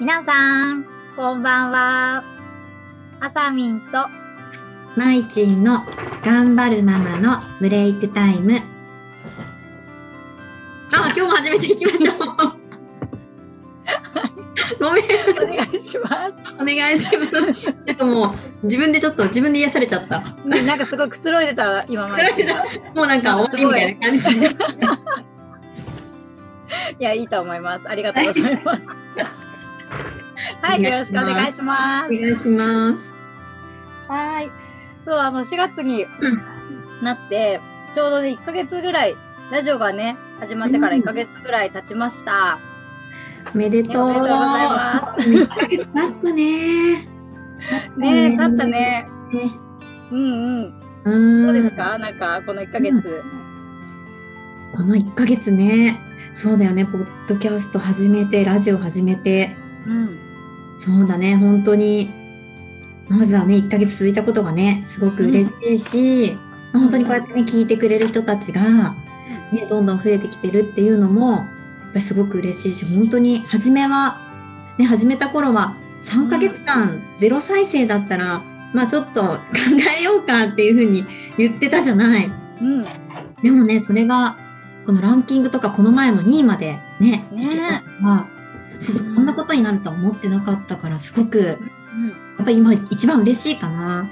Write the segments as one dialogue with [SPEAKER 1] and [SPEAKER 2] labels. [SPEAKER 1] 皆さん、こんばんは。あさみんと、
[SPEAKER 2] まいちんの頑張るママのブレイクタイム。あ、今日も始めていきましょう。ごめん、
[SPEAKER 1] お願いしま
[SPEAKER 2] お願いします。なんかもう、自分でちょっと自分で癒されちゃった。
[SPEAKER 1] す。なんかすごいくつろいでた、今 まで。
[SPEAKER 2] くつろいでもうなんか終わりみたいな感じで。
[SPEAKER 1] いや、いいと思います。ありがとうござい ます。はい、よろしくお願いしま
[SPEAKER 2] お
[SPEAKER 1] す。
[SPEAKER 2] 願いします。
[SPEAKER 1] はい。そう、あの、4月に
[SPEAKER 2] うん
[SPEAKER 1] なって、ちょうどね、1ヶ月ぐらい、ラジオがね、始まってから1ヶ月ぐらい経ちました。
[SPEAKER 2] おめでと
[SPEAKER 1] お
[SPEAKER 2] う。。
[SPEAKER 1] めでとうございます
[SPEAKER 2] 1ヶ月経ったね。
[SPEAKER 1] ねえ、経った。ね。
[SPEAKER 2] ね
[SPEAKER 1] うんうん。
[SPEAKER 2] うん。
[SPEAKER 1] どうですかなんか、この1ヶ月。
[SPEAKER 2] この1ヶ月ね、そうだよね、ポッドキャスト始めて、ラジオ始めて、
[SPEAKER 1] うん。
[SPEAKER 2] そうだね、本当に、まずはね、1ヶ月続いたことがね、すごく嬉しいし、まあ本当にこうやってね、聞いてくれる人たちが、ね、どんどん増えてきてるっていうのも、やっぱりすごく嬉しいし、本当に、初めは、ね、始めた頃は、3ヶ月間ゼロ再生だったら、まあちょっと考えようかっていうふうに言ってたじゃない。
[SPEAKER 1] うん。
[SPEAKER 2] でもね、それが、このランキングとか、この前も2位までね、
[SPEAKER 1] ね
[SPEAKER 2] 行けたのはそうそう、こんなことになるとは思ってなかったから、すごく、やっ
[SPEAKER 1] うん。
[SPEAKER 2] ぱり今一番嬉しいかな。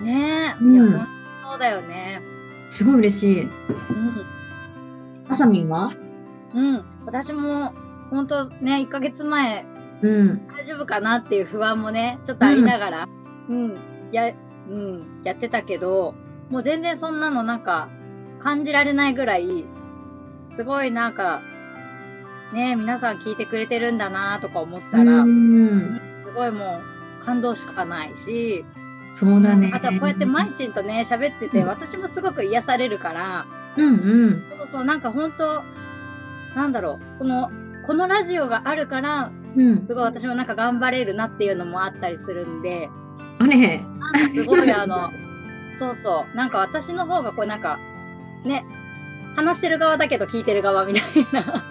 [SPEAKER 1] ねえ、
[SPEAKER 2] うん
[SPEAKER 1] いやほんとそうだよね。
[SPEAKER 2] すごい嬉しい。
[SPEAKER 1] う
[SPEAKER 2] あさみんは
[SPEAKER 1] ん、うん、私も本当ね、1ヶ月前
[SPEAKER 2] うん。
[SPEAKER 1] 大丈夫かなっていう不安もね、ちょっとありながら、うん、や、うん、やってたけど、もう全然そんなのなんか感じられないぐらい、すごいなんか、ね、皆さん聞いてくれてるんだなとか思ったら、
[SPEAKER 2] うん
[SPEAKER 1] すごいもう感動しかないし、
[SPEAKER 2] そうだね。
[SPEAKER 1] あとはこうやってま
[SPEAKER 2] イ
[SPEAKER 1] いちんとね、喋ってて、
[SPEAKER 2] うん
[SPEAKER 1] 私もすごく癒されるから、
[SPEAKER 2] うんうん。
[SPEAKER 1] そうそう、なんか本当なんだろう、この、このラジオがあるから、
[SPEAKER 2] うん。
[SPEAKER 1] すごい私もなんか頑張れるなっていうのもあったりするんで、
[SPEAKER 2] あれ
[SPEAKER 1] なんかすごいあ の、そうそう、なんか私の方がこうなんか、ね、話してる側だけど聞いてる側みたいな、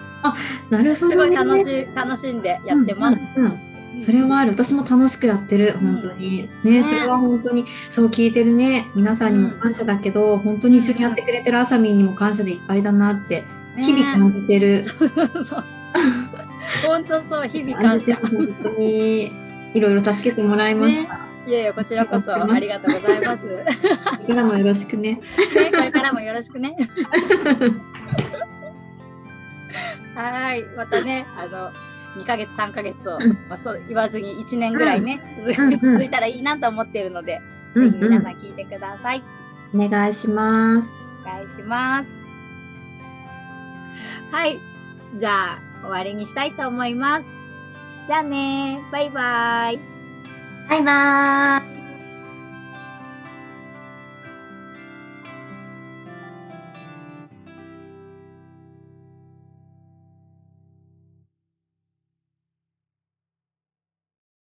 [SPEAKER 2] なるほ
[SPEAKER 1] す
[SPEAKER 2] ど
[SPEAKER 1] ごい
[SPEAKER 2] ね。
[SPEAKER 1] 楽しい、楽しんでやってます。
[SPEAKER 2] うん。うんそれはある。私も楽しくやってる。
[SPEAKER 1] うん
[SPEAKER 2] 本当に。ね、それは本当に、そう聞いてるね。皆さんにも感謝だけど、本当に一緒にやってくれてるあさみんにも感謝でいっぱいだなって、
[SPEAKER 1] ね
[SPEAKER 2] 日々感じてる。
[SPEAKER 1] そう。本当そう、日々
[SPEAKER 2] 感
[SPEAKER 1] 感
[SPEAKER 2] じて
[SPEAKER 1] 謝
[SPEAKER 2] る。本当にいろいろ助けてもらいました。
[SPEAKER 1] いやいや、こちらこそありがとうございます。ね、
[SPEAKER 2] これからもよろしくね。
[SPEAKER 1] これからもよろしくね。はーい、またね、あの、2ヶ月、3ヶ月と、
[SPEAKER 2] うん
[SPEAKER 1] まあ、そう言わずに1年ぐらいね、続
[SPEAKER 2] うんうん
[SPEAKER 1] 続いたらいいなと思っているので、
[SPEAKER 2] うん
[SPEAKER 1] ぜひ皆さ
[SPEAKER 2] うん
[SPEAKER 1] 聞いてください。
[SPEAKER 2] ん、お願いします。
[SPEAKER 1] お願いします。はい、じゃあ、終わりにしたいと思います。じゃあねバイバイ。
[SPEAKER 2] バイバーイ。